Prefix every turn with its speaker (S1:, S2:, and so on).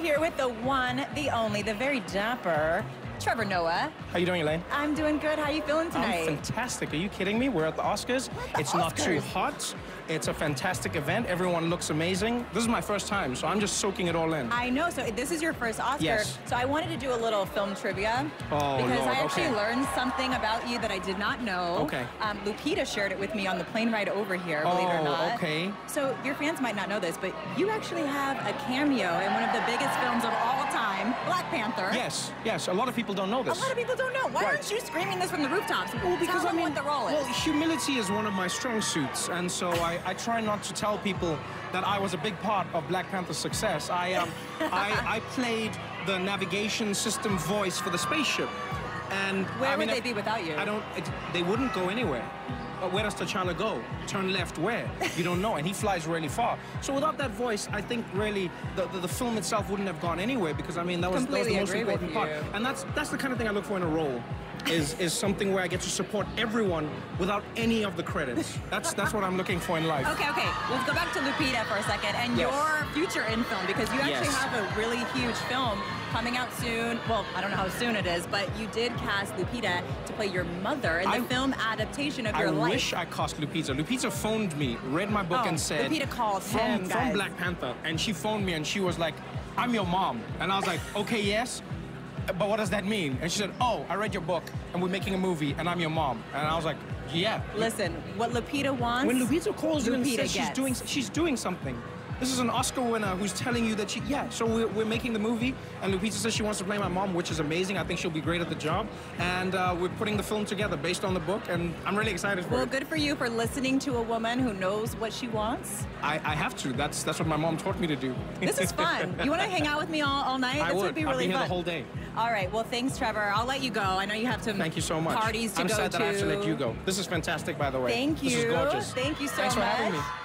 S1: here with the one, the only, the very dapper Trevor Noah.
S2: How you doing, Elaine?
S1: I'm doing good. How you feeling tonight?
S2: I'm fantastic. Are you kidding me? We're at the Oscars.
S1: We're at the
S2: it's not too
S1: Oscars.
S2: hot. It's a fantastic event. Everyone looks amazing. This is my first time, so I'm just soaking it all in.
S1: I know. So this is your first Oscar.
S2: Yes.
S1: So I wanted to do a little film trivia
S2: Oh,
S1: because
S2: Lord,
S1: I actually
S2: okay.
S1: learned something about you that I did not know.
S2: Okay.
S1: Um, Lupita shared it with me on the plane ride over here. Believe it or
S2: Oh,
S1: not.
S2: okay.
S1: So your fans might not know this, but you actually have a cameo in one of the biggest films of all time, Black Panther.
S2: Yes, yes. A lot of people don't know
S1: A
S2: this.
S1: lot of people don't know. Why
S2: Right.
S1: aren't you screaming this from the rooftops?
S2: Well, because
S1: Tell them
S2: I mean,
S1: what the role is.
S2: well, humility is one of my strong suits, and so I, I try not to tell people that I was a big part of Black Panther's success. I um, I, I played the navigation system voice for the spaceship, and
S1: Where
S2: I
S1: would
S2: mean,
S1: they
S2: I-
S1: be without you?
S2: I don't. It, they wouldn't go anywhere. But where does T'Challa go? Turn left where? You don't know, and he flies really far. So without that voice, I think really the, the, the film itself wouldn't have gone anywhere because I mean that was, that was the
S1: Completely
S2: most
S1: agree with
S2: important part.
S1: you.
S2: And that's that's the kind of thing I look for in a role. Is, is something where I get to support everyone without any of the credits. That's that's what I'm looking for in life.
S1: Okay, okay. Let's go back to Lupita for a second and
S2: Yes.
S1: your future in film because you actually
S2: Yes.
S1: have a really huge film coming out soon. Well, I don't know how soon it is, but you did cast Lupita to play your mother in the
S2: I-
S1: film adaptation of
S2: I
S1: your life.
S2: wish I cost Lupita. Lupita phoned me, read my book,
S1: Oh,
S2: and said
S1: Lupita called
S2: from,
S1: him,
S2: from
S1: guys.
S2: Black Panther, and she phoned me and she was like, "I'm your mom," and I was like, "Okay, yes." But what does that mean? And she said, "Oh, I read your book, and we're making a movie, and I'm your mom." And I was like, "Yeah."
S1: Listen, what Lupita wants.
S2: When Lupita calls you and
S1: Lupita
S2: says she's
S1: gets.
S2: doing, she's doing something. This is an Oscar winner who's telling you that she, yeah, so we're, we're making the movie, and Lupita says she wants to play my mom, which is amazing. I think she'll be great at the job. And uh, we're putting the film together based on the book, and I'm really excited for
S1: Well,
S2: it.
S1: good for you for listening to a woman who knows what she wants.
S2: I, I have to. That's that's what my mom taught me to do.
S1: This is fun. you want to hang out with me all, all night?
S2: I
S1: this
S2: would.
S1: would be
S2: I'll
S1: really
S2: be here
S1: fun.
S2: the whole day.
S1: All right. Well, thanks, Trevor. I'll let you go. I know you have some
S2: Thank you so much.
S1: parties to
S2: I'm
S1: go
S2: sad
S1: to.
S2: that I have to let you go. This is fantastic, by the way.
S1: Thank you.
S2: This is gorgeous.
S1: Thank you so
S2: Thanks for having
S1: much.
S2: me.